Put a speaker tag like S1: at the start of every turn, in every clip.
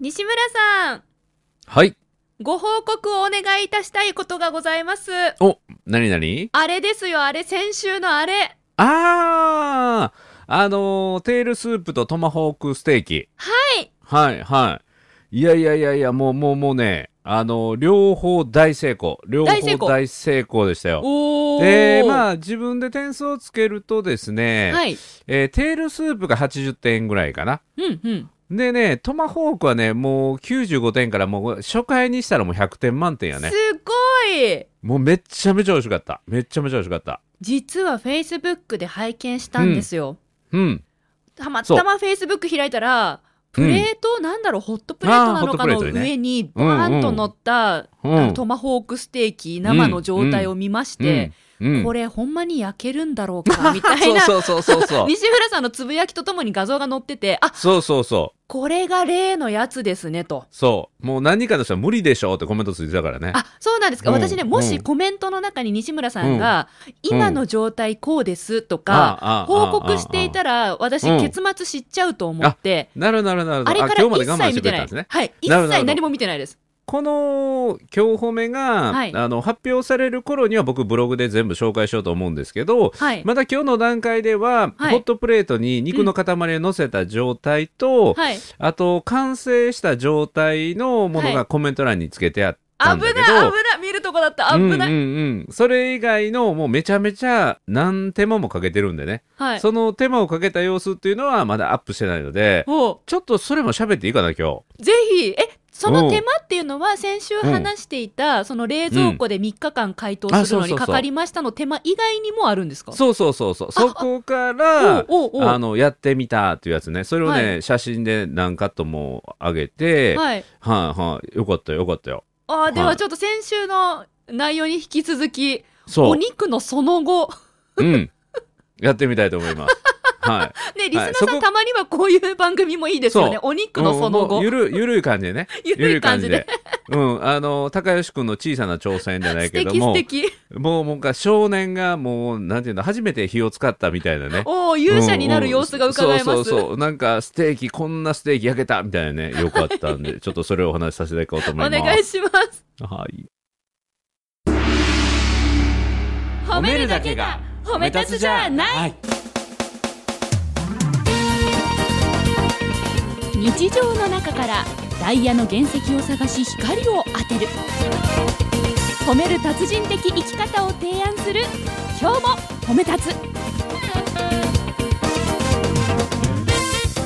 S1: 西村さん、
S2: はい。
S1: ご報告をお願いいたしたいことがございます。
S2: お、なになに
S1: あれですよ、あれ、先週のあれ。
S2: あーあのー、テールスープとトマホークステーキ。
S1: はい。
S2: はい、はい。いやいやいやいや、もうもうもうね、あのー両方大成功。両
S1: 大成
S2: 方
S1: 功
S2: 大成功でしたよ。
S1: おー。
S2: で、まあ自分で点数をつけるとですね、
S1: はい。
S2: えーテールスープが80点ぐらいかな。
S1: うんうん。
S2: でね、トマホークはね、もう95点からもう初回にしたらもう100点満点やね
S1: す。ごい
S2: もうめっちゃめちゃ美味しかった。めっちゃめちゃ美味しかった。
S1: 実は Facebook で拝見したんですよ。
S2: うん。
S1: たまたま Facebook 開いたら、プレート、なんだろう、ホットプレートなのか
S2: あーホット
S1: の
S2: プレートね
S1: 上に、バーンと乗った、
S2: うん
S1: あのトマホークステーキ、生の状態を見まして、
S2: うんうん
S1: これ、ほんまに焼けるんだろうか、みたい な。
S2: そうそうそうそ うそう
S1: 西村さんのつぶやきとともに画像が載ってて、あ
S2: そうそうそう
S1: これが例のやつですねと。
S2: そうもう何人かの人は無理でしょうってコメントついてたからね
S1: あそうなんですか、
S2: うん
S1: 私ね、もし
S2: うん
S1: コメントの中に西村さんが、今の状態こうですとか、
S2: あああ
S1: 報告していたら、私、
S2: うん
S1: 結末知っちゃうと思って、
S2: なるなるなる
S1: あれか
S2: 今
S1: ら
S2: 日まで
S1: 一切
S2: 我慢して
S1: 見
S2: く
S1: てな
S2: れたん
S1: い
S2: ですね。
S1: はい、一
S2: なるほど
S1: 切何も見てないです。
S2: この今日褒めが、
S1: はい
S2: あの発表される頃には僕ブログで全部紹介しようと思うんですけど
S1: はい。
S2: まだ今日の段階では、
S1: はい
S2: ホットプレートに肉の塊を乗せた状態と、
S1: はい。
S2: あと完成した状態のもの
S1: は
S2: がコメント欄につけてあった
S1: 危
S2: ん
S1: ない、危
S2: だけど、
S1: ない、見るとこだった、危ない。
S2: うんうんうん、それ以外のもうめちゃめちゃ何手間もかけてるんでね、
S1: はい。
S2: その手間をかけた様子っていうのはまだアップしてないので
S1: お
S2: ちょっとそれも喋っていいかな今日
S1: ぜひ、え、その手間っていうのは、先週話していた、その冷蔵庫で3日間解凍するの
S2: あそうそ
S1: に
S2: うそ
S1: か
S2: う
S1: かりましたの手間以外にもあるんですか
S2: そうそうそうそうそこ
S1: お
S2: か
S1: う
S2: ら
S1: おうおう
S2: あのやってみたっていうやつねそれをね、
S1: は
S2: 写真で何カットも上げてはい
S1: はい。
S2: はい、よかったよよかったよ
S1: ああ、では
S2: はい
S1: ちょっと先週の内容に引き続き、
S2: そ
S1: お
S2: う
S1: 肉のその後。
S2: うんやってみたいと思います はい
S1: ね、リスナー
S2: そ
S1: さん
S2: こ
S1: たまにはこういう番組もいいですよね。
S2: そ
S1: お肉のその
S2: もう
S1: 後。
S2: ゆるゆるい感じでね
S1: ゆるい感じで。
S2: ゆるい感じでうんあの高吉君の小さな挑戦じゃない
S1: 素
S2: けど
S1: 敵素
S2: も
S1: 敵。
S2: もうもうか少年がもうなんていうの初めて火を使ったみたいなね
S1: おお、勇者になる様子が伺え
S2: うん
S1: ま
S2: うん
S1: す。
S2: そうそうそうなんかステーキこんなステーキ焼けたみたいなねよかったんでちょっとそれをお話しさせていこうと思い
S1: お
S2: ます
S1: 願いします。
S2: はい
S1: 褒めるだけが褒め立つじゃない。
S2: い
S1: 日常の中からダイヤの原石を探し光を当てる。褒める達人的生き方を提案する。今日も褒め立つ。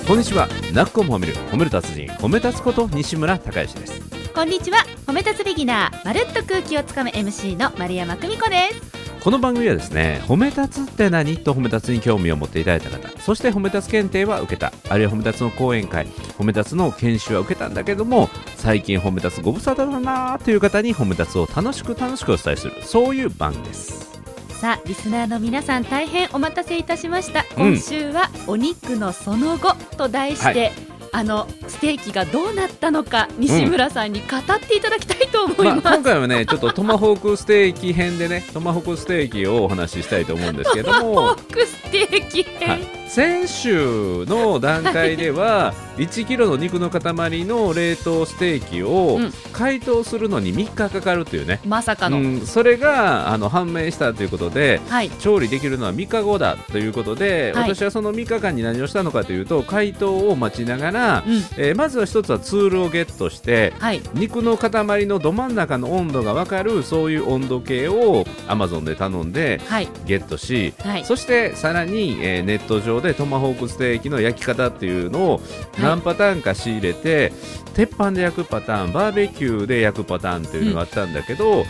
S2: こんにちはなっこも褒める褒める達人褒め立つこと西村孝之です
S1: こんにちは褒め立つビギナーまるっと空気をつかむ MC の丸山久美子です
S2: この番組はですね褒め立つって何と褒め立つに興味を持っていただいた方そして褒め立つ検定は受けたあるいは褒め立つの講演会褒め立つの研修は受けたんだけども最近褒め立つご無沙汰だなーという方に褒め立つを楽しく楽しくお伝えするそういう番組です
S1: さあリスナーの皆さん大変お待たせいたしました
S2: うん
S1: 今週はお肉のその後と題して、
S2: は
S1: あのステーキがどうなったのか西村さんに語っていただきたいと思い
S2: まあ、
S1: ます、
S2: 今回はねちょっとトマホークステーキ編でねトマホークステーキをお話ししたいと思うんですけども
S1: ポークステーキ編、
S2: はい、先週の段階で は1キロの肉の塊の冷凍ステーキを
S1: うん
S2: 解凍するのに3日かかるというね、
S1: まさか
S2: う
S1: の、
S2: ん、それがあの判明したということで
S1: はい
S2: 調理できるのは3日後だということで、
S1: はい
S2: 私はその3日間に何をしたのかというと解凍を待ちながら、
S1: うん
S2: えーまずは1つはツールをゲットして
S1: はい
S2: 肉の塊のど真ん中の温度が分かるそういう温度計を Amazon で頼んで
S1: はい
S2: ゲットし
S1: はい
S2: そしてさらに、えーネット上でトマホークステーキの焼き方っていうのを
S1: い
S2: 何パターンか仕入れて、鉄板で焼くパターンバーベキューで焼くパターンっていうのがあったんだけど、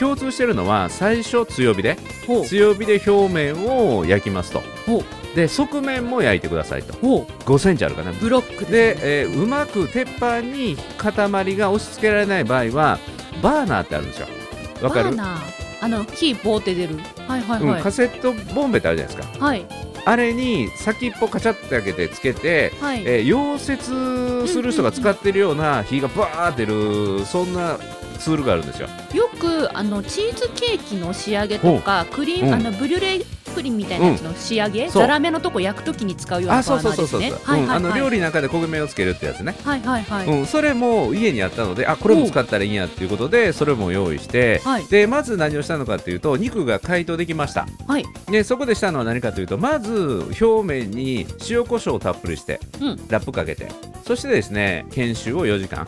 S2: 共通してるのは最初強火で
S1: ほう
S2: 強火で表面を焼きますと
S1: ほう
S2: で側面も焼いてくださいと
S1: ほ
S2: 5センチあるかな
S1: うブロックですね
S2: で、えーうまく鉄板に塊が押し付けられない場合はバーナーってあるんですよわかる
S1: バーナーあの火ボーって出るはいはいは
S2: うん、
S1: い、
S2: カセットボンベってあるじゃないですか
S1: はい
S2: あれに先っぽカチャって開けてつけて
S1: はい、
S2: えー溶接する人が使ってるような火がバーってるそんなツールがあるんですよ。
S1: よくあのチーズケーキの仕上げとかクリーム、
S2: うん
S1: あのブリュレプリンみたいなやつの仕上げ、
S2: んそう
S1: ザラメのとこ焼くときに使うようなバ
S2: あ
S1: ー
S2: そ
S1: ナ
S2: うそう
S1: ー
S2: そ
S1: で
S2: うそ
S1: す
S2: う、
S1: ね。
S2: うん、あの料理なんかで焦げ目をつけるってやつね、
S1: はいはいはい。
S2: うん、それも家にあったのであこれも使ったらいいんやっていうことでそれも用意して、
S1: はい
S2: でまず何をしたのかっていうと肉が解凍できました
S1: はい。
S2: でそこでしたのは何かというとまず表面に塩コショウをたっぷりして
S1: うん。
S2: ラップかけてそしてですね研修を4時間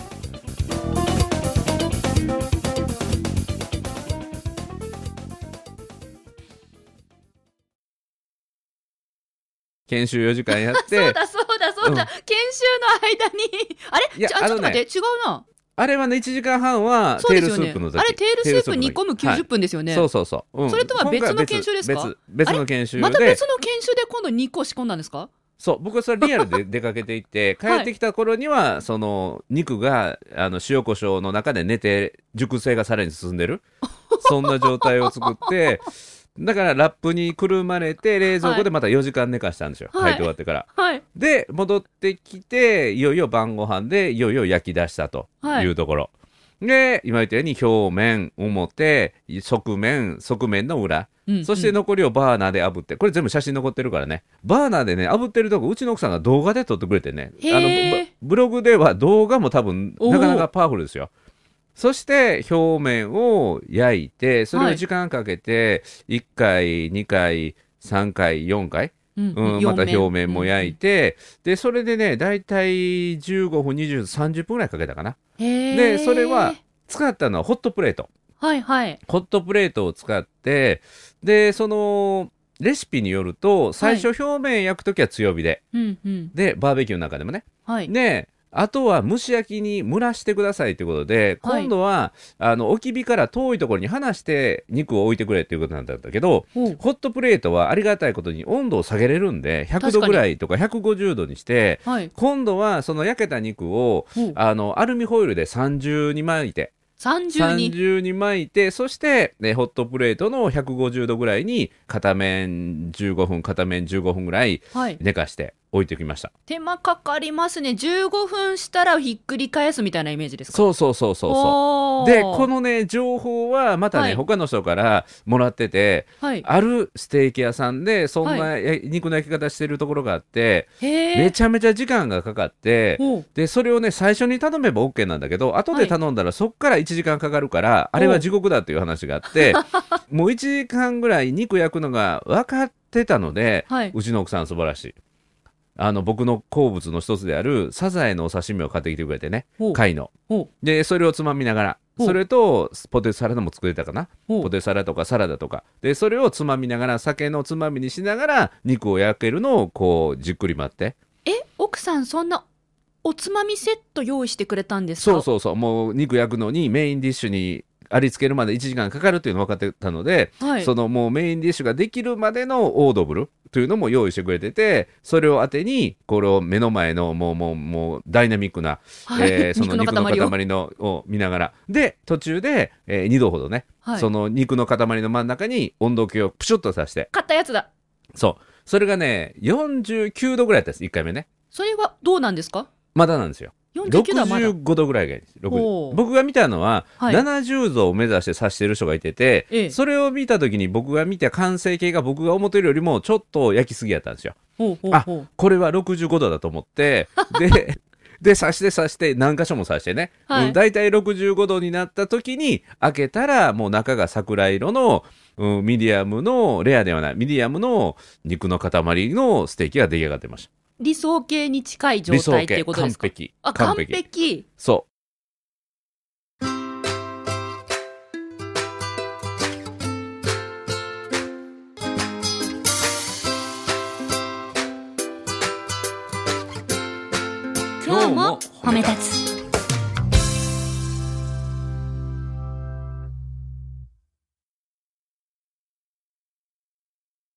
S2: 研修4時間やっ
S1: そう
S2: て
S1: だそうだそうだ。
S2: うん
S1: 研修の間に あれ
S2: い
S1: ち
S2: や
S1: ょちょっ
S2: あ
S1: と
S2: の
S1: 待
S2: ね
S1: って違うな。
S2: あれはね1時間半は
S1: そう
S2: テ
S1: で
S2: ー
S1: す
S2: ル
S1: よね
S2: スープの。時
S1: あれテールスープ煮込む
S2: はい
S1: 90分ですよね。
S2: そうそうそう、うん
S1: それとは別の
S2: 今回
S1: 研修ですか
S2: 別別別の研修で、
S1: また別の研修で今度2個仕込んだんですか？
S2: そう僕はそれリアルで 出かけていって帰ってきた頃には、その肉があの塩コショウの中で寝て熟成がさらに進 んでるそんな状態を作ってだからラップにくるまれて冷蔵庫でまた4時間寝かしたんですよ、
S1: はい
S2: 解凍終わってから。
S1: はい
S2: で戻ってきていよいよ晩ご飯でいよいよ焼き出したと
S1: はい
S2: いうところ、で今言ったように表面表側面側面の裏
S1: うんうん
S2: そして残りをバーナーで炙って、これ全部写真残ってるからね、バーナーでね、炙ってるとこ、うちの奥さんが動画で撮ってくれてね、
S1: へー
S2: あのブブログでは動画も多分、
S1: おー
S2: なかなかパワフルですよ。そして表面を焼いて、それ
S1: は
S2: を
S1: い
S2: 時間かけて、1回、2回、3回、4回、
S1: うん
S2: うん
S1: 両
S2: また表面も焼い
S1: て。
S2: て、で、それでね、だいたい15分、20、30分ぐらいかけたかな。
S1: で
S2: で、それは、使ったのはホットプレート。
S1: はいはい
S2: ホットプレートを使ってでそのレシピによると最初表面焼くときは強火で、
S1: うんうん
S2: でバーベキューの中でもね
S1: はい
S2: であとは蒸し焼きに蒸らしてくださいということで
S1: はい
S2: 今度は、あの置き火から遠いところに離して肉を置いてくれっていうことなんだったけど
S1: おう
S2: ホットプレートはありがたいことに温度を下げれるんで100
S1: 確
S2: 度
S1: かに
S2: ぐらいとか150度にして
S1: はい
S2: 今度はその焼けた肉を
S1: おう
S2: あのアルミホイルで30に巻いて
S1: 32
S2: 30に巻いてそして、ね、ホットプレートの150度ぐらいに片面15分片面15分ぐらい
S1: はい
S2: 寝かして置いておきました
S1: 手間かかりますね15分したらひっくり返すみたいなイメージですか
S2: そうそうそうそうそう
S1: おー
S2: でこのね情報はまたね、
S1: はい
S2: 他の人からもらってて
S1: はい
S2: あるステーキ屋さんでそんな、や肉の焼き方してるところがあって
S1: へ
S2: め
S1: え
S2: ちゃめちゃ時間がかかって
S1: おう
S2: でそれをね最初に頼めば OK なんだけど後で頼んだらそっから1時間かかるから、あれは地獄だっていう話があって もう1時間ぐらい肉焼くのが分かってたので、
S1: はいう
S2: ちの奥さん素晴らしいあの僕の好物の一つであるサザエのお刺身を買ってきてくれてね
S1: おう
S2: 貝の
S1: おう
S2: でそれをつまみながら
S1: お
S2: それとポテトサラダも作れたかな
S1: おう
S2: ポテサラとかサラダとかでそれをつまみながら酒のつまみにしながら肉を焼けるのをこうじっくり待って
S1: え奥さんそんなおつまみセット用意してくれたんですか
S2: そうそうそうもう肉焼くのにメインディッシュにありつけるまで1時間かかるっていうの分かってたので、
S1: うはい
S2: そのもうメインディッシュができるまでのオードブルというのも用意してくれててそれを当てにこれを目の前のもうもうもうダイナミックな、
S1: はい
S2: えーその
S1: 肉
S2: 肉
S1: の
S2: の
S1: 塊を
S2: 塊のを見ながらで途中で、え2度ほどね、
S1: はい
S2: その肉の塊の真ん中に温度計をプシュッとさして
S1: 買ったやつだ
S2: そうそれがね49度ぐらいだったんです1回目ね
S1: それはどうなんですか
S2: まだなんですよ。
S1: 49度はまだ
S2: 65度ぐらいがいいです60
S1: ほう
S2: 僕が見たのは、
S1: はい
S2: 70度を目指して指してる人がいてて、
S1: ええ
S2: それを見た時に僕が見た完成形が僕が思ってるよりもちょっと焼きすぎやったんですよ
S1: ほうほう
S2: あ
S1: ほう
S2: これは65度だと思 ってでで刺して刺して何箇所も刺してね、
S1: はい
S2: うん、大体65度になった時に開けたらもう中が桜色の、うん、ミディアムのレアではないミディアムの肉の塊のステーキが出来上がってまし
S1: 理想形に近い
S2: た
S1: 状態っていうことで
S2: 完
S1: すか
S2: 璧
S1: あ完璧
S2: そう
S1: 今日も褒め立つ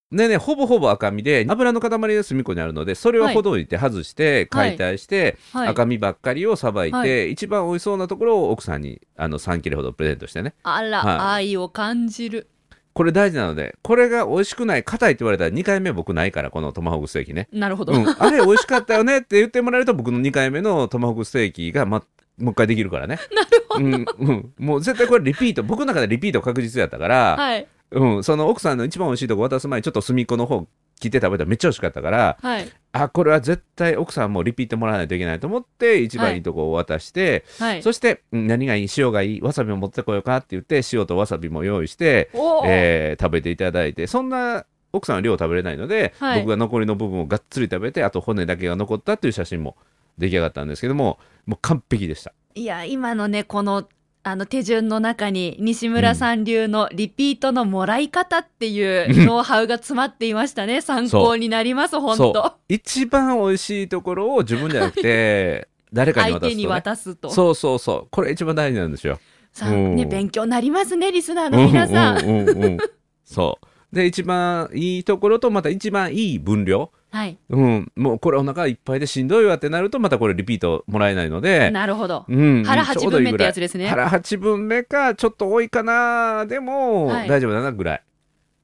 S2: ねねほぼほぼ赤身で油の塊が隅っこにあるのでそれをほどいて外して
S1: はい
S2: 解体して、
S1: はい
S2: 赤身ばっかりをさばいて、
S1: は
S2: 一番美味しそうなところを奥さんにあの3切れほどプレゼントしてね
S1: あら、
S2: は
S1: 愛を感じる。
S2: これ大事なのでこれが美味しくない硬いって言われたら2回目僕ないからこのトマホークステーキね、
S1: なるほど。
S2: うん、あれ美味しかったよねって言ってもらえると僕の2回目のトマホークステーキが、ま、もう一回で きるからねなるほど、うんうん、もう絶対これリピート僕の中でリピート確実やったから、
S1: はい。
S2: うん、その奥さんの一番美味しいとこ渡す前にちょっと隅っこの方切って食べたらめっちゃ美味しかったから
S3: はい
S2: あこれは絶対奥さんもリピートもらわないといけないと思って一番いいとこを渡して、
S3: はい
S2: そしてうん何がいい塩がいいわさびも持ってこようかって言って塩とわさびも用意して、
S3: おー
S2: え ー食べていただいてそんな奥さんは量食べれないので、
S3: はい
S2: 僕が残りの部分をがっつり食べてあと骨だけが残ったっていう写真も出来上がったんですけどももう完璧でした。
S1: いや今のねこのあの手順の中に西村さん流のリピートのもらい方っていう
S2: うん
S1: ノウハウが詰まっていましたね参考になります本
S2: そう
S1: 当
S2: 一番美味しいところを自分じゃな くて誰かに
S1: 相
S2: 渡すと、
S1: 手
S2: ね、
S1: に渡すと
S2: そうそうそうこれ一番大事なんですよ。
S1: さあね
S2: うん
S1: 勉強になりますねリスナーの皆さん、
S2: うんうんうんうんそうで一番いいところとまた一番いい分量、
S1: はい
S2: うん、もうこれお腹いっぱいでしんどいわってなるとまたこれリピートもらえないので、
S1: なるほど
S2: うん、
S1: 腹
S2: ち
S1: 八
S2: ょうど
S1: 分
S2: い
S1: 目っ
S2: いぐ
S1: て
S2: らい
S1: やつですね
S2: 腹八分目かちょっと多いかなでも、
S1: はい
S2: 大丈夫だなぐらい、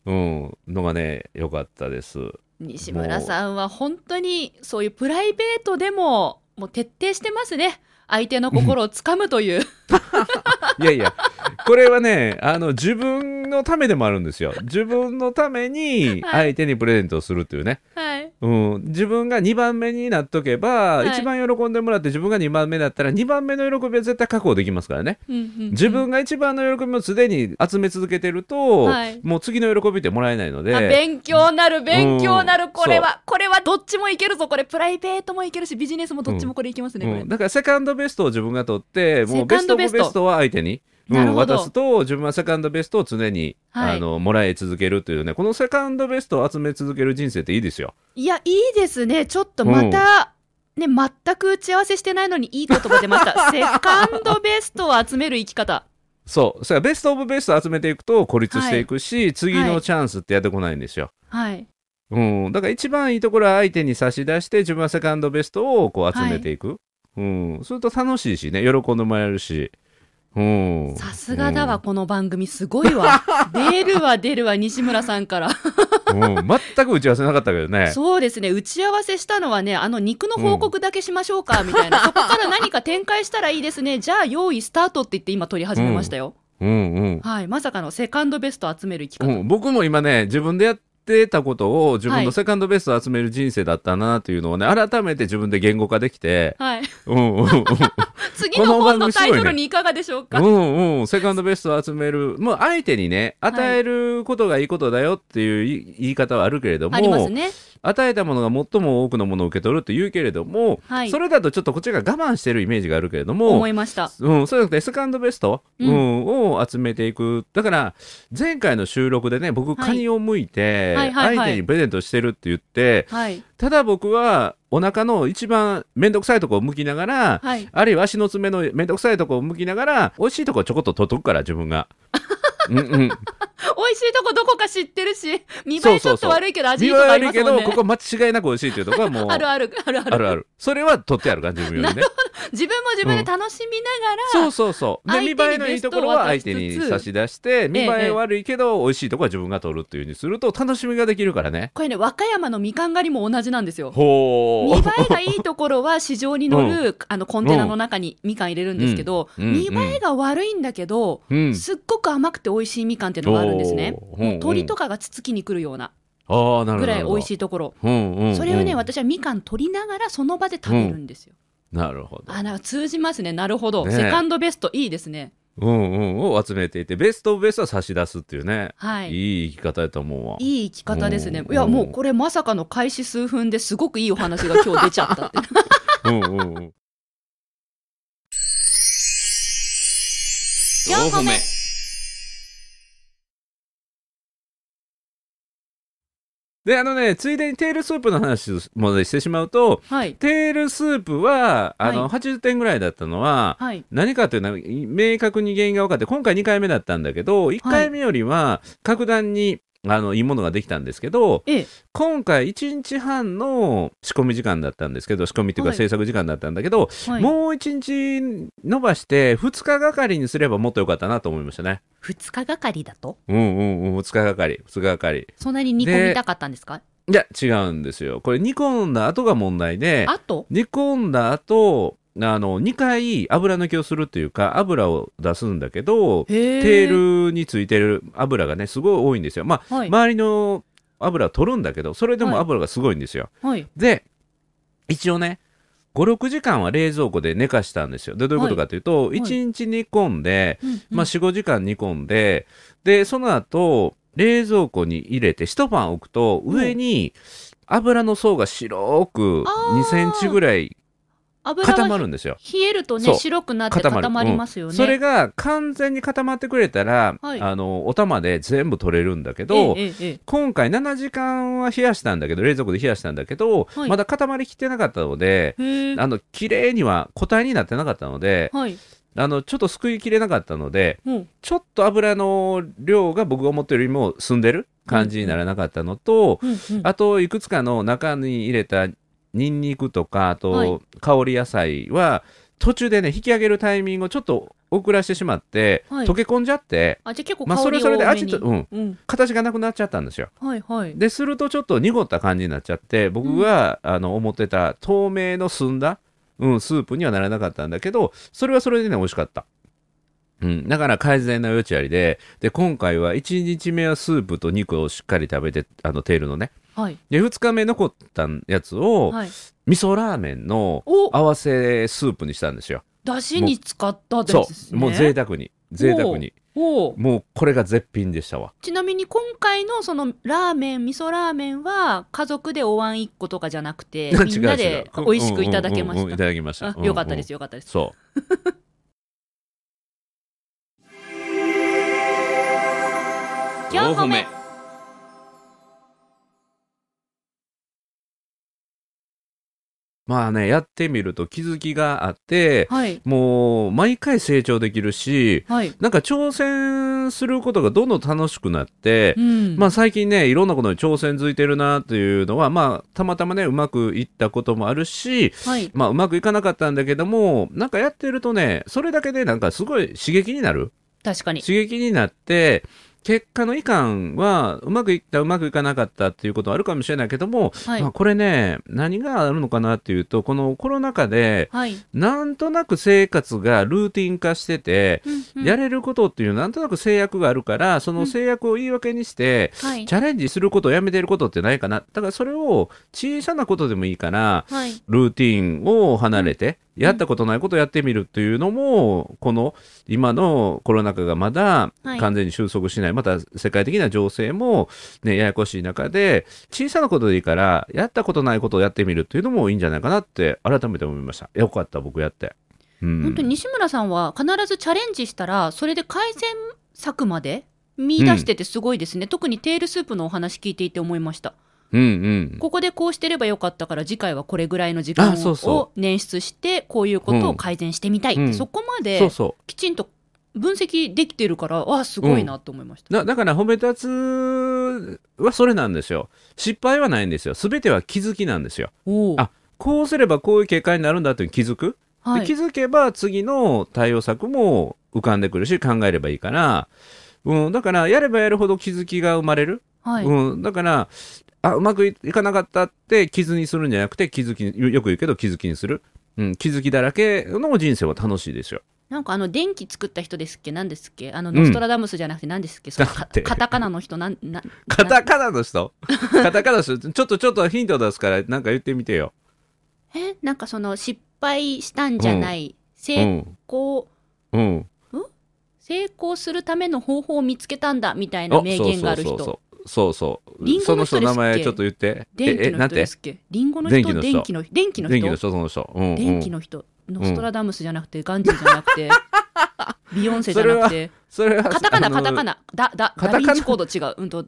S2: うん、のがね良かったです。
S1: 西村さんは本当にそういうプライベートでももう徹底してますね相手の心をつかむという
S2: いや いや、これはね、あの、自分のためでもあるんですよ。自分のために
S1: はい
S2: 相手にプレゼントをするっていうね。
S1: はい
S2: うん、自分が2番目になっとけば、
S1: はい
S2: 一番喜んでもらって自分が2番目だったら、2番目の喜びは絶対確保できますからね。
S1: うんうんうん
S2: 自分が一番の喜びをすでに集め続けてると、
S1: はい
S2: もう次の喜びってもらえないの
S1: あ
S2: で、
S1: 勉強なる勉強な
S2: う
S1: る
S2: ん
S1: これはこれはどっちもいけるぞこれプライベートもいけるしビジネスもどっちもこれいけますね、
S2: うん、
S1: こ
S2: だからセカンドベストを自分が取って、もうベスト
S1: セカ
S2: オブ
S1: ンドベ
S2: ベ
S1: スト
S2: ストは相手に。う
S1: なる
S2: ん、
S1: ほど
S2: 渡すと自分はセカンドベストを常に、
S1: はい
S2: あのもらい続けるというねこのセカンドベストを集め続ける人生っていいですよ。
S1: れいやいいですねちょっとまた、ね全く打ち合わせしてないのにいい言葉出ました セカンドベストを集める生き方
S2: そうそれはベストオブベストを集めていくと孤立していくし、次のチャンスってやってこないんですよ。
S1: はい
S2: うん、だから一番いいところは相手に差し出して自分はセカンドベストをこう集めていく、うん、すると楽しいしね喜んでもらえるし、うん、
S1: さすがだわ、この番組すごいわ出るわ出るわ西村さんから
S2: うん、うん全く打ち合わせなかったけどね
S1: そうですね打ち合わせしたのはねあの肉の報告だけしましょうか、みたいなそこから何か展開したらいいですねじ ゃあ用意スタートって言って今撮り始めましたよ、
S2: うんうん
S1: はいまさかのセカンドベストを集める生き
S2: う
S1: 方、
S2: ん、僕も今ね自分でやってたことを自分
S1: は
S2: の
S1: い
S2: セカンドベストを集める人生だったなというのをね改めて自分で言語化できて、
S1: はい
S2: うんうんうん、
S1: 次の本のタイトルにいかがでしょうか、
S2: うんうん、セカンドベストを集める、もう相手にね、与えることがいいことだよっていうい言い方はあるけれども、
S1: ありますね
S2: 与えたものが最も多くのものを受け取るって言うけれども、
S1: はい
S2: それだとちょっとこっちが我慢してるイメージがあるけれども
S1: 思、いました
S2: うん、そうじゃなくてセカンドベスト、
S1: う
S2: うんんを集めていくだから前回の収録でね僕
S1: はい
S2: カニを剥いて、
S1: はいはいはい
S2: 相手にプレゼントしてるって言って
S1: はい
S2: ただ僕はお腹の一番面倒くさいとこを剥きながら、
S1: はい
S2: あるいは足の爪のめんどくさいとこを向きながら、美味しいとこちょこっと取っとくから、自 分が。うんうん。
S1: 美味しいとこどこか知ってるし見
S2: そ
S1: 栄え
S2: う
S1: ちょ
S2: そ
S1: っ
S2: う
S1: と
S2: そう
S1: 悪いけど味い
S2: 身
S1: い
S2: は
S1: とこあります
S2: 悪いけ
S1: もん
S2: ど、
S1: ね
S2: ここ間違いなく美味しいっていうとこはもう、
S1: あるあるあるある
S2: あるあるそれは取ってあるから、自分よりね。
S1: 自分も自分で楽しみながら、
S2: そうそうそう。で、見
S1: 相手に
S2: 栄えのいいところは相手
S1: ベス
S2: に
S1: トを渡
S2: 差
S1: しつつ
S2: し出して、見
S1: え
S2: 栄
S1: え
S2: え悪いけど、美味しいとこは自分が取るっていうふうにすると、楽しみができるからね。
S1: これね和歌山のみかん狩りも同じなんですよ
S2: ほ
S1: 見栄え
S2: ー。
S1: がいいところは市場に乗る、あのコンテナの中にみかん入れるんですけど、
S2: うんうん
S1: 見栄えが悪いんだけど、
S2: うん。
S1: すっごく甘くて美味しいみかんっていうのがあるんですね。
S2: おー
S1: もう鳥とかがつつきに来るような
S2: あーなる
S1: ぐ
S2: ほど。
S1: らい美味し
S2: い。
S1: いところ。
S2: うんうんうん。
S1: それをね、私はみかん取りながらその場で食べるんですよ。
S2: なるほど。
S1: あ、なんか通じますね。なるほど。
S2: ね
S1: セカンドベストいいですね。
S2: うんうん。を集めていて、ベストオブベストは差し出すっていうね。
S1: はい。
S2: いい生き方やと思うわ。
S1: いい生き方ですね
S2: う。ん
S1: いや、もうこれまさかの開始数分ですごくいいお話が今日出ちゃったって。
S2: うんうんうん。
S3: 4個目
S2: で、あのね、ついでにテールスープの話もねしてしまうと、
S1: はい。
S2: テールスープは、あの、
S1: は
S2: 80点ぐらいだったのは、
S1: はい。
S2: 何かというのは、明確に原因が分かって、今回2回目だったんだけど、1回目よりは、格段に、あの、いいものができたんですけど、
S1: ええ。
S2: 今回1日半の仕込み時間だったんですけど、仕込みという
S1: は
S2: か
S1: い
S2: 制作時間だったんだけど、
S1: はい、
S2: もう1日伸ばして、2日がかりにすればもっと良かったなと思いましたね。
S1: 2日がかりだと
S2: うんうんうん、2日がかり、2日がかり。
S1: そんなに煮込みたかったんですか
S2: いや、違うんですよ。これ煮込んだ後が問題で、
S1: あと
S2: 煮込んだ後、あの2回油抜きをするというか油を出すんだけど
S1: へ
S2: テ
S1: ル、
S2: ールについてる油がねすごい多いんですよまあ、
S1: はい
S2: 周りの油は取るんだけどそれで
S1: は
S2: も
S1: い
S2: 油がすごいんですよ、
S1: はい、
S2: で一応ね56時間は冷蔵庫で寝かしたんですよでどういうことかというと、
S1: い
S2: 1日煮込んで、
S1: うんうん
S2: まあ、45時間煮込んででその後冷蔵庫に入れて一晩置くと上に油の層が白く
S1: あー
S2: 2センチぐらい
S1: 油が
S2: 固まるんですよ。
S1: 冷えると
S2: そ
S1: ね
S2: う
S1: 白くなって固まりますよね。
S2: それが完全に固まってくれたら、
S1: はい
S2: あのお玉で全部取れるんだけど、
S1: ええええ
S2: 今回7時間は冷やしたんだけど冷蔵庫で冷やしたんだけど、
S1: はい
S2: まだ固まりきってなかったので
S1: へえ
S2: あの綺麗には固体になってなかったので
S1: はい、
S2: あのちょっとすくいきれなかったので
S1: うん
S2: ちょっと油の量が僕が思ってるよりも澄んでる感じにならなかったのと、
S1: うんうん、
S2: あといくつかの中に入れたニンニクとかあ
S1: はい
S2: と香り野菜は途中でね引き上げるタイミングをちょっと遅らしてしまって、
S1: はい
S2: 溶け込んじゃって、
S1: あじゃあ結構
S2: まあ、そ
S1: 香
S2: れ
S1: り
S2: はそ
S1: を
S2: れで
S1: 多め
S2: 味
S1: に
S2: と、。うん、
S1: うん、
S2: 形がなくなっちゃったんですよ。
S1: はいはい。
S2: でするとちょっと濁った感じになっちゃって僕が、あの思ってた透明の澄んだ、うん、スープにはならなかったんだけどそれはそれでね美味しかった、うん、だから改善の余地ありでで今回は1日目はスープと肉をしっかり食べてあのテールのね
S1: はい
S2: で2日目残ったやつを、
S1: はい。
S2: 味噌ラーメンの
S1: お
S2: 合わせスープにしたんですよ
S1: 出汁に使ったで
S2: そ
S1: す
S2: う
S1: ね。
S2: もう贅沢に贅沢に
S1: おう
S2: もうこれが絶品でしたわ
S1: ちなみに今回のそのラーメン味噌ラーメンは家族でお椀一個とかじゃなくて
S2: 違う 違う
S1: みんなで
S2: うん
S1: 美味しくいただけま
S2: うんうんうんうん
S1: した。
S2: いただきました
S1: あよかったです
S2: よ
S1: よかったです。
S2: そう
S1: 4個目
S2: まあねやってみると気づきがあって
S1: はい
S2: もう毎回成長できるし
S1: はい。
S2: なんか挑戦することがどんどん楽しくなって
S1: う、ん。
S2: まあ最近ねいろんなことに挑戦づいてるなというのはまあたまたまねうまくいったこともあるし
S1: はい。
S2: まあうまくいかなかったんだけどもなんかやってるとねそれだけでなんかすごい刺激になる
S1: 確かに。
S2: 刺激になって結果のいかんはうまくいったうまくいかなかったっていうことはあるかもしれないけども、
S1: はい
S2: まあ、これね何があるのかなっていうとこのコロナ禍で
S1: はい。
S2: なんとなく生活がルーティン化してて、
S1: うんうん
S2: やれることっていうなんとなく制約があるからその制約を言い訳にして、
S1: はい
S2: チャレンジすることをやめてることってないかなだからそれを小さなことでもいいから
S1: はい。
S2: ルーティンを離れて、やったことないことをやってみるというのも、この今のコロナ禍がまだ
S1: はい
S2: 完全に収束しない、また世界的な情勢も、ね、ややこしい中で、小さなことでいいから、やったことないことをやってみるというのもいいんじゃないかなって、改めて思いました。よかった、僕やって。うん
S1: 本当に西村さんは必ずチャレンジしたらそれで改善策まで見出しててすごいですね、特にテールスープのお話聞いていて思いました
S2: うんうん。
S1: ここでこうしてればよかったから次回はこれぐらいの時間を
S2: あそうそう
S1: を捻出してこういうことを改善してみたいって、
S2: うん
S1: そこま
S2: そう
S1: で
S2: そ
S1: きちんと分析できてるからあすごいなと思いまし
S2: う
S1: た、
S2: だだから褒め立つはそれなんですよ失敗はないんですよ全ては気づきなんですよ
S1: おお
S2: あこうすればこういう結果になるんだという気づく
S1: は
S2: で気
S1: い、
S2: づけば次の対応策も浮かんでくるし考えればいいから、うん、だからやればやるほど気づきが生まれる、
S1: はい
S2: うん、だからあうまくいかなかったって傷にするんじゃなくて気づきよよく言うけど気づきにする、うん、気づきだらけの人生は楽しいですよ。
S1: なんかあの電気作った人ですっけ何ですっけあの
S2: ん
S1: ノストラダムスじゃなくて何ですっけ、その
S2: だ
S1: か
S2: って
S1: カタカナの人なんな
S2: カタカナ の人カタカナの人ちょっとちょっとヒント出すからなんか言ってみてよ。
S1: えなんかその失敗したんじゃない、
S2: う
S1: 成
S2: ん
S1: 功、
S2: うん、
S1: 成功するための方法を見つけたんだみたいな
S2: お
S1: 名言がある人
S2: そうそうそうそうそう
S1: リンゴの人
S2: その
S1: ですっ
S2: 人名前
S1: け
S2: ちょっと言って
S1: 電
S2: え
S1: 気
S2: えな
S1: の
S2: ん
S1: 人で
S2: て
S1: すっけリンゴの人
S2: 電
S1: 電
S2: 気
S1: 気の人電気の人
S2: 電気の人その人、うんうん、
S1: 電気の人ノストラダムスじゃなくてガンジーじゃな くてビヨンセじゃなくて
S2: それは
S1: カタカナ
S2: あの
S1: カタカナだだ
S2: カタ
S1: ダ
S2: カナ
S1: ヴィンチコード違ううんと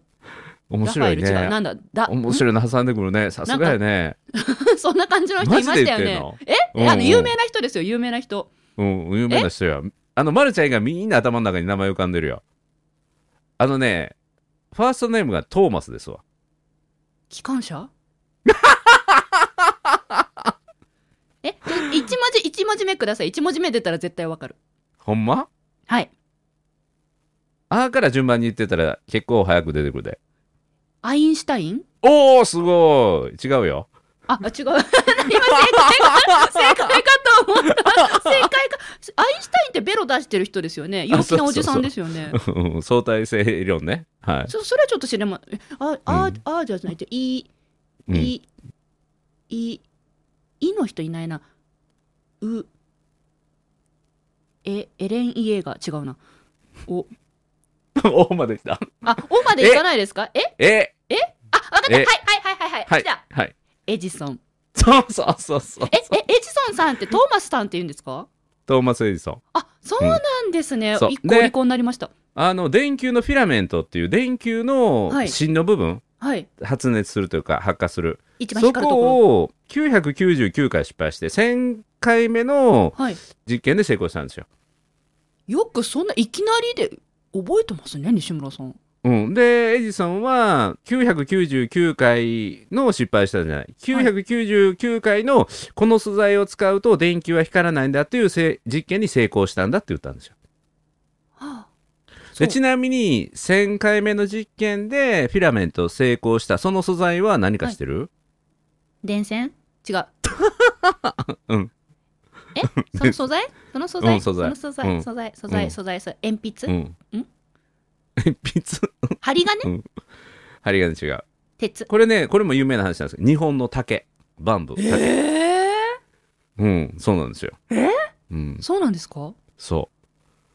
S1: ラ
S2: 面
S1: ファ
S2: 白
S1: エ
S2: い
S1: ル違うな
S2: ね
S1: んだだ
S2: 面白いの挟んでくるねさすがやね
S1: そんな感じの人いましたよね
S2: マジ
S1: え
S2: うんうん
S1: あの有名な人ですよ有名な人
S2: うん有名な人やあのまるちゃん以外みんな頭の中に名前浮かんでるよあのねファーストネームがトーマスですわ
S1: 機関 車えちょ一文字一文字目ください一文字目出たら絶対わかる
S2: ほんま
S1: はい
S2: あーから順番に言ってたら結構早く出てくるで
S1: アインシュタイン
S2: おーすごい違うよ
S1: あ、あ違う。何今 正解、正解、正解かと思った。 正解か。アインシュタインってベロ出してる人ですよね。陽気なおじさんですよ ね。
S2: うん相対性理論ね。はい。
S1: そそれはちょっと知れま、えあ、あ、
S2: うん
S1: あじゃないと、い、
S2: うん
S1: い、い、いの人いないな。う、え、エレン・イエーガー、違うな。お、
S2: おまで来た。
S1: あ、おまでいかないですかえ
S2: え
S1: あ、わかった。は
S2: え
S1: い、はい、はい、はい、は。
S2: はいい
S1: じゃあ。
S2: はい。
S1: エジソン。
S2: そうそうそうそう。
S1: え、え、エジソンさんってトーマスさんって言うんですか
S2: トーマス・エジソン。
S1: あ、そうなんですね。
S2: ん
S1: 一
S2: そう
S1: 個
S2: で
S1: 離婚になりました。
S2: あの、電球のフィラメントっていう電球の
S1: はい
S2: 芯の部分、
S1: はい。
S2: 発熱するというか発火する。
S1: 一番
S2: そ
S1: 光るところ。
S2: こを999回失敗して、1000回目の
S1: はい。
S2: 実験で成功したんですよ。
S1: よくそんないきなりで覚えてますね、西村さん。
S2: うん、でエジソンは999回の失敗したんじゃない999回のこの素材を使うと電球は光らないんだっていうせい実験に成功したんだって言ったんですよ。
S1: はあそ
S2: で
S1: う
S2: ちなみに1000回目の実験でフィラメント成功したその素材は何かしてる、
S1: 電線違う。
S2: うん。
S1: えその素材その素材、
S2: うん素材
S1: その素材、
S2: うん
S1: 素材、素
S2: う
S1: 材、
S2: ん
S1: 素材、素材鉛筆、
S2: うん。
S1: ん
S2: 鉛筆
S1: 針金、
S2: うん針金違う。
S1: 鉄。
S2: これねこれも有名な話なんですけど日本の竹バンブー竹、
S1: え
S2: うんそうなんですよ。
S1: え
S2: うん
S1: ー、、そうなんですか
S2: そう。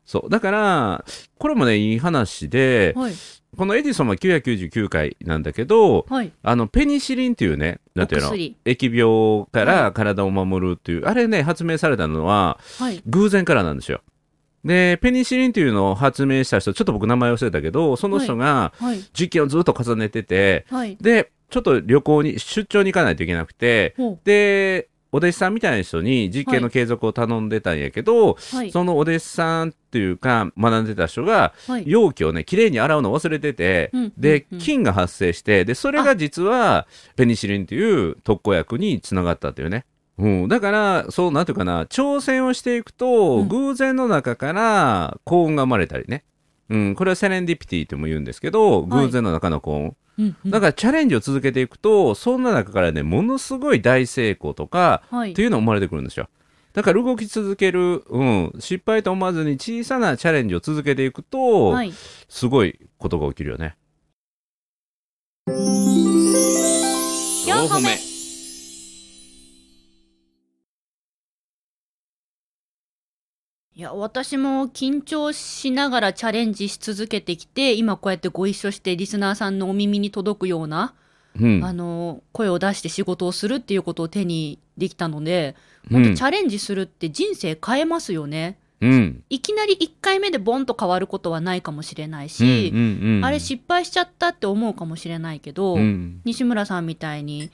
S2: そう。だから、これもね、いい話で、
S1: はい。
S2: このエディソンは999回なんだけど、
S1: はい。
S2: あの、ペニシリンっていうね、なんていう
S1: お
S2: の
S1: 薬
S2: 疫病か
S1: は
S2: ら体を守るっていう、あれね、発明されたのは
S1: はい。
S2: 偶然からなんですよ。で、ペニシリンっていうのを発明した人、ちょっと僕名前忘れたけど、その人が
S1: はい。
S2: 実験をずっと重ねてて、
S1: はい。
S2: で、ちょっと旅行に、出張に行かないといけなくて、
S1: ほう。
S2: で、お弟子さんみたいな人に実験の継続を頼んでたんやけど、
S1: はい。
S2: そのお弟子さんっていうか学んでた人が
S1: はい。
S2: 容器をねきれいに洗うのを忘れてて、
S1: うん
S2: で
S1: うん
S2: 菌が発生してでそれが実はペニシリンっていう特効薬につながったっていうね。うん、だからそうなんていうかな挑戦をしていくと、
S1: うん
S2: 偶然の中から幸運が生まれたりね、うん、これはセレンディピティとも言うんですけど
S1: はい
S2: 偶然の中の幸運、
S1: うんうん
S2: だからチャレンジを続けていくとそんな中からねものすごい大成功とか、
S1: はい
S2: って。いうのが生まれてくるんですよ。だから動き続ける、うん、失敗と思わずに小さなチャレンジを続けていくと、
S1: はい。
S2: すごいことが起きるよね。
S3: 四歩目
S1: いや、私も緊張しながらチャレンジし続けてきて、今こうやってご一緒してリスナーさんのお耳に届くような、
S2: うん、
S1: あの、声を出して仕事をするっていうことを手にできたので、
S2: うん
S1: チャレンジするって人生変えますよね。
S2: うん、
S1: いきなり1回目でボンと変わることはないかもしれない
S2: うん
S1: し、
S2: うんうん
S1: あれ失敗しちゃったって思うかもしれないけど、
S2: うん、
S1: 西村さんみたいに、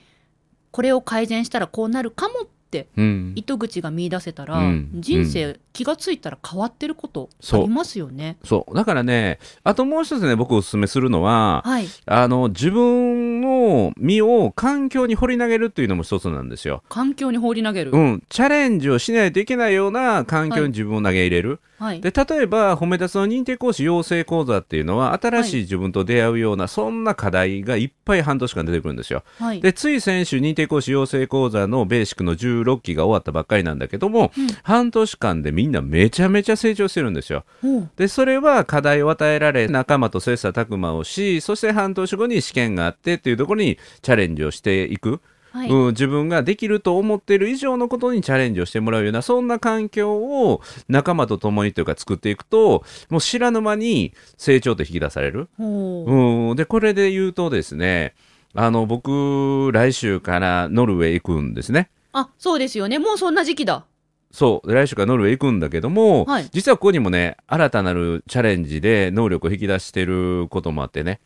S1: これを改善したらこうなるかもって
S2: うん、
S1: 糸口が見出せたら、
S2: うん
S1: 人生気がついたら変わってることありますよね。
S2: そう。だからね、あともう一つね、僕お勧めするのは、
S1: はい。
S2: あの、自分の身を環境に掘り投げるっていうのも一つなんですよ。
S1: 環境に放り投げる。
S2: うん、チャレンジをしないといけないような環境に自分を投げ入れる。
S1: はい。
S2: で例えば、褒め立つの認定講師養成講座っていうのは、新しい自分と出会うような、そんな課題がいっぱい半年間出てくるんですよ。
S1: はい。
S2: で、つい先週、認定講師養成講座のベーシックの16期が終わったばっかりなんだけども、
S1: うん
S2: 半年間でみんなめちゃめちゃ成長してるんですよ。
S1: ほう
S2: で、それは課題を与えられ、仲間と切磋琢磨をし、そして半年後に試験があってっていうところにチャレンジをしていく。
S1: はい。
S2: うん、自分ができると思っている以上のことにチャレンジをしてもらうようなそんな環境を仲間と共にというか作っていくともう知らぬ間に成長と引き出される。
S1: ほう
S2: うん、でこれで言うとですねあの僕来週からノルウェー行くんですね。
S1: あ、そうですよね。もうそんな時期だ。
S2: そう来週からノルウェー行くんだけども、
S1: はい
S2: 実はここにもね新たなるチャレンジで能力を引き出してることもあってね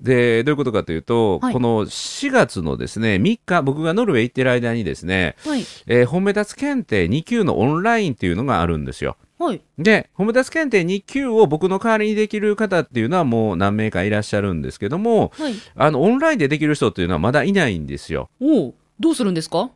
S2: でどういうことかというと、
S1: はい
S2: この4月のですね3日僕がノルウェー行ってる間にですね、
S1: はい。
S2: えー、本目立つ検定2級のオンラインっていうのがあるんですよ。
S1: はい。
S2: で、本目立つ検定2級を僕の代わりにできる方っていうのはもう何名かいらっしゃるんですけども、
S1: はい。
S2: あの、オンラインでできる人っていうのはまだいないんですよ。
S1: おうどうするんですか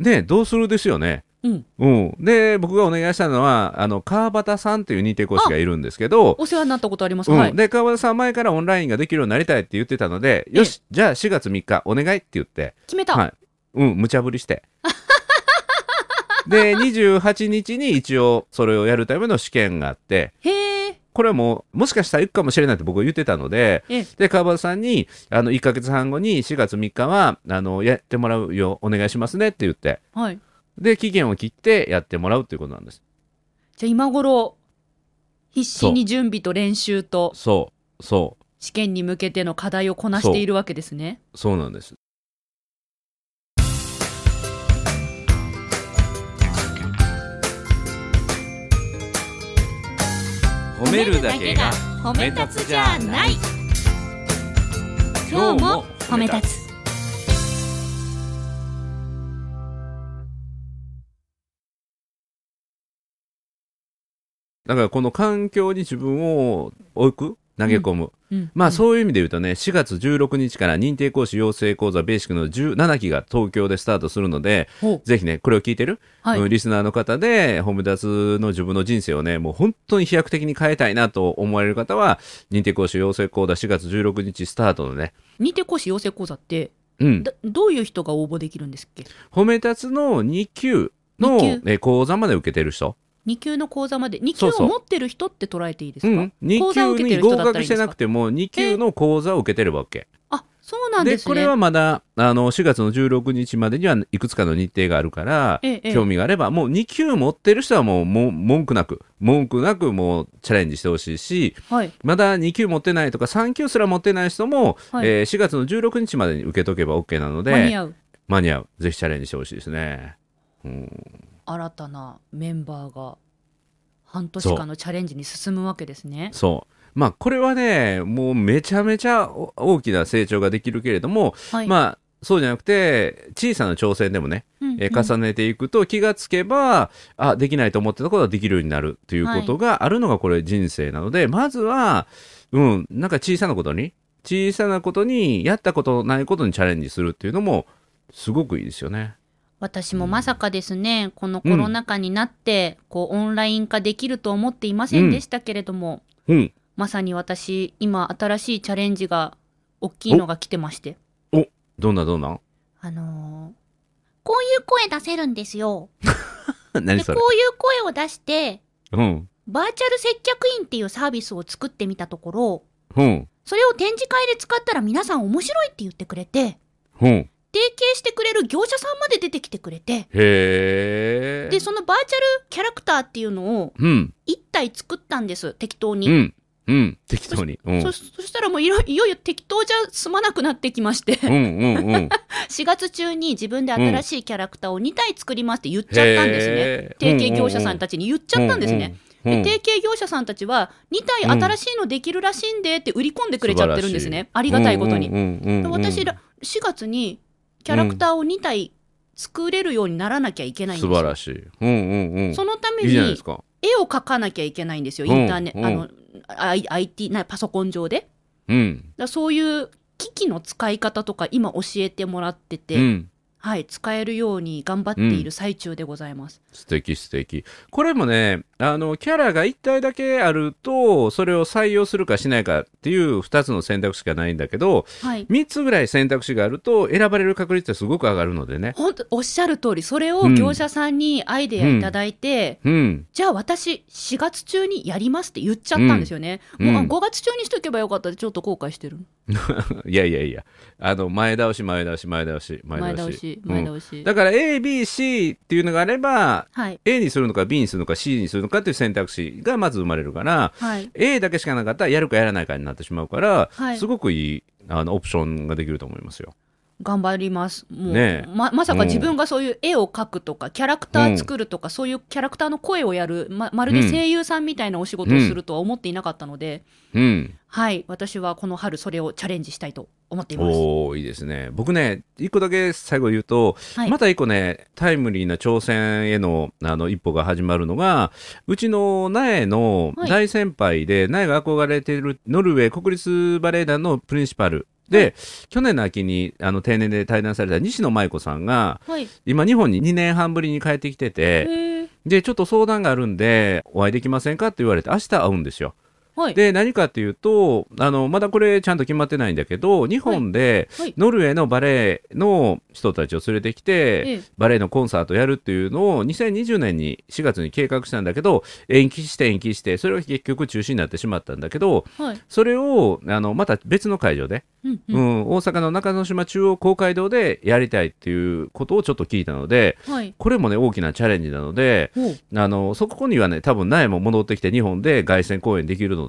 S2: で、どうするですよね。
S1: うん。
S2: うん。で、僕がお願いしたのは、あの、川端さんっていう認定講師がいるんですけど、
S1: お世話になったことあります。
S2: うん
S1: はい。
S2: で、川端さんは前からオンラインができるようになりたいって言ってたので、よし、じゃあ4月3日お願いって言って、
S1: 決めた。
S2: はい。うん、無茶ぶ りして。で、28日に一応それをやるための試験があって、
S4: へえ。
S2: これはもう、もしかしたら行くかもしれないって僕は言ってたので、
S4: ええ
S2: で、川端さんに、あの、1ヶ月半後に4月3日は、あの、やってもらうようお願いしますねって言って、
S4: はい。
S2: で、期限を切ってやってもらうっていうことなんです。
S4: じゃあ今頃、必死に準備と練習と
S2: そう、そ
S4: 試験に向けての課題をこなしているわけですね。
S2: う、そうなんです。褒
S5: 褒
S2: め立つじゃない今日も褒め立
S5: つ
S2: だからこの環境に自分を置く投げ込む、
S4: うん
S2: まあそういう意味で言うとね4月16日から認定講師養成講座ベーシックの17期が東京でスタートするので
S4: ほ
S2: ぜひねこれを聞いてる、
S4: はい
S2: うんリスナーの方でホームダスの自分の人生をねもう本当に飛躍的に変えたいなと思われる方は認定講師養成講座4月16日スタートのね
S4: う認定講師養成講座って
S2: うん
S4: だどういう人が応募できるんですっけ
S2: 褒め立つの2級の
S4: 二級
S2: え講座まで受けてる人
S4: 2級の講座まで2級
S2: そうそ
S4: を
S2: う
S4: 持ってる人って捉えていいです
S2: う
S4: か、
S2: ん、2
S4: 講座を
S2: 級
S4: 受けて
S2: に
S4: る人
S2: 合
S4: だったら
S2: 格
S4: いい
S2: し
S4: で
S2: て
S4: す
S2: な
S4: か
S2: くても2級の講座を受けてれば OK。
S4: あそうなん
S2: で
S4: ですね
S2: これはまだあの4月の16日までにはいくつかの日程があるから、
S4: ええええ
S2: 興味があればもう2級持ってる人はもうもう文句なく文句なくもうチャレンジしてほしいし
S4: はい
S2: まだ2級持ってないとか3級すら持ってない人も、
S4: はい
S2: えー4月の16日までに受けとけば OK なので
S4: 間に合う
S2: 間に合うぜひチャレンジしてほしいですね。うん
S4: 新たなメンバーが半年間のチャレンジに進むわけですね
S2: そうまあこれはねもうめちゃめちゃお大きな成長ができるけれども、
S4: はい
S2: まあそうじゃなくて小さな挑戦でもね
S4: うんうん
S2: えー重ねていくと気がつけば、あできないと思ってたことができるようになるということがあるのがこれ人生なので、まずは、うん、なんか小さなことに小さなことにやったことないことにチャレンジするっていうのもすごくいいですよね。
S4: 私もまさかですねこのコロナ禍になって、こうオンライン化できると思っていませんでしたけれども、
S2: うん、
S4: まさに私今新しいチャレンジが大きいのが来てまして
S2: どんなどん な
S1: あのーこういう声出せるんですよ。
S2: 何
S1: で、
S2: そ
S1: こ
S2: れ、
S1: ういう声を出して、
S2: うん
S1: バーチャル接客員っていうサービスを作ってみたところ、
S2: うん
S1: それを展示会で使ったら皆さん面白いって言ってくれて、
S2: う
S1: 提
S2: ん、
S1: 携してくれる業者さんまで出てきてくれて、
S2: へ
S1: で、
S2: え。
S1: そのバーチャルキャラクターっていうのを
S2: うん
S1: 1体作ったんです、適当
S2: う
S1: に。
S2: んうん適当に。うん
S1: そそしたらもういろいよいよ適当じゃ済まなくなってきまして、
S2: うんうんうん。
S1: 4月中に自分で新しいキャラクターを2体作りますって言っちゃったんですね。
S2: へー
S1: 提携業者さんたちに言っちゃったんですね。。
S2: うんうんうん
S1: で提携業者さんたちは2体新しいのできるらしいんでって売り込んでくれちゃってるんですね、ありがたいことに。
S2: うんうんうんうんうん
S1: 私ら4月にキャラクターを2体作れるようにならなきゃいけないんです
S2: 素
S1: よ
S2: 晴らしい。うんうんうん。
S1: そのため
S2: いい
S1: に
S2: じゃないで
S1: 絵
S2: すか。
S1: を描かなきゃいけないんですよ、
S2: うん
S1: インターネット、
S2: うん
S1: あの I- IT なパソコン上で。だか
S2: うん。
S1: らそういう機器の使い方とか今教えてもらってて、
S2: うん。
S1: はい、使えるように頑張っている最中でございます。
S2: 素敵素敵。これもね、あの、キャラが一体だけあると、それを採用するかしないかっていう二つの選択肢がないんだけど、
S1: はい、
S2: 三つぐらい選択肢があると、選ばれる確率ってすごく上がるのでね。
S1: 本当おっしゃる通りそれ
S2: う
S1: を
S2: ん
S1: 業者さんにアイデアいただいて、
S2: うん。
S1: じゃあ私4月中にやりますって言っちゃったんですよね、
S2: うん
S1: もうあ
S2: うん
S1: 5月中にしとけばよかったってちょっと後悔してる
S2: いやいやいや。あの、前倒し、前倒し、前倒し、前
S1: 前
S2: 倒
S1: 倒
S2: し。
S1: し前倒し、
S2: だから A、B、C っていうのがあれば、
S1: はい
S2: A にするのか B にするのか C にするのかっていう選択肢がまず生まれるから、
S1: はい
S2: A だけしかなかったらやるかやらないかになってしまうから、
S1: はい
S2: すごくいいあのオプションができると思いますよ。
S1: 頑張りますもう、
S2: ねえ
S1: ままさか自分がそういう絵を描くとかキャラクター作るとか、そういうキャラクターの声をやるままるで声優さんみたいなお仕事をするとは思っていなかったので、
S2: うん、
S1: はい私はこの春それをチャレンジしたいと思っています
S2: おおいいですね。僕ね一個だけ最後言うと、
S1: はい
S2: また一個ねタイムリーな挑戦へのあの一歩が始まるのがうちの苗の
S1: はい
S2: 大先輩で、苗が憧れているノルウェー国立バレエ団のプリンシパルで、去年の秋にあの定年で退団された西野舞子さんが
S1: はい
S2: 今日本に2年半ぶりに帰ってきてて。
S1: へえ
S2: で、ちょっと相談があるんで、お会いできませんかって言われて、明日会うんですよ。
S6: はい
S2: で何かっていうとあのまだこれちゃんと決まってないんだけど日本で
S6: はいはい
S2: ノルウェーのバレエの人たちを連れてきて、
S6: ええ
S2: バレエのコンサートやるっていうのを2020年に4月に計画したんだけど延期して延期してそれが結局中止になってしまったんだけど
S6: はい。
S2: それをあのまた別の会場で、
S6: うん
S2: う
S6: うん
S2: ん大阪の中之島中央公会堂でやりたいっていうことをちょっと聞いたので
S6: はい。
S2: これもね大きなチャレンジなので
S6: ほ
S2: あのそこにはね多分苗も戻ってきて日本で凱旋公演できるの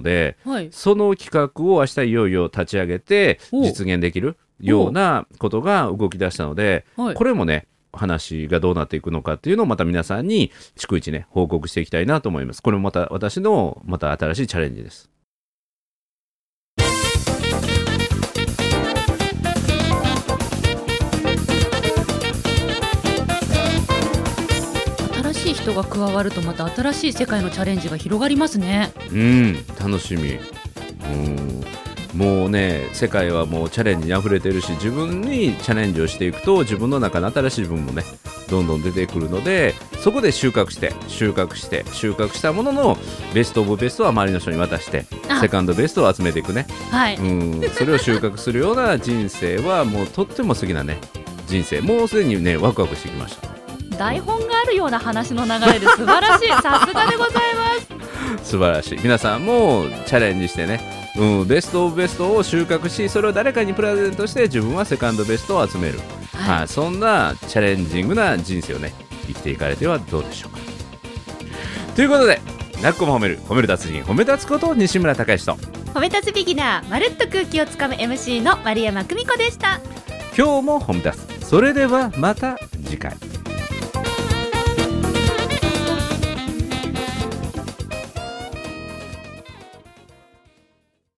S6: う
S2: で
S6: はい。
S2: その企画を明日いよいよ立ち上げて
S6: お
S2: 実現できるようなことが動き出したので
S6: はい
S2: これもね話がどうなっていくのかっていうのをまた皆さんに逐一ね報告していきたいなと思います。これもまた私のまた新しいチャレンジです。
S6: 新しい人が加わるとまた新しい世界のチャレンジが広がりますね。
S2: うん、楽しみ。うんもうね世界はもうチャレンジに溢れてるし自分にチャレンジをしていくと自分の中の新しい自分もねどんどん出てくるのでそこで収穫して収穫して収穫したもののベスト・オブ・ベストは周りの人に渡して
S6: あ
S2: セカンドベストを集めていくね
S6: はい。
S2: うんそれを収穫するような人生はもうとっても好きなね人生もうすでにねワクワクしてきました
S6: 台本があるような話の流れで 素晴らしい。さすがでございます。
S2: 素晴らしい皆さんもチャレンジしてね、うん、ベストオブベストを収穫しそれを誰かにプレゼントして自分はセカンドベストを集める、はいそんなチャレンジングな人生をね生きていかれてはどうでしょうかということで「なっこも褒める褒める達人褒め立つこと西村孝之と
S6: 褒め立つビギナー、まるっと空気をつかむ MC の丸山久美子でした。
S2: 今日も褒め立つそれではまた次回。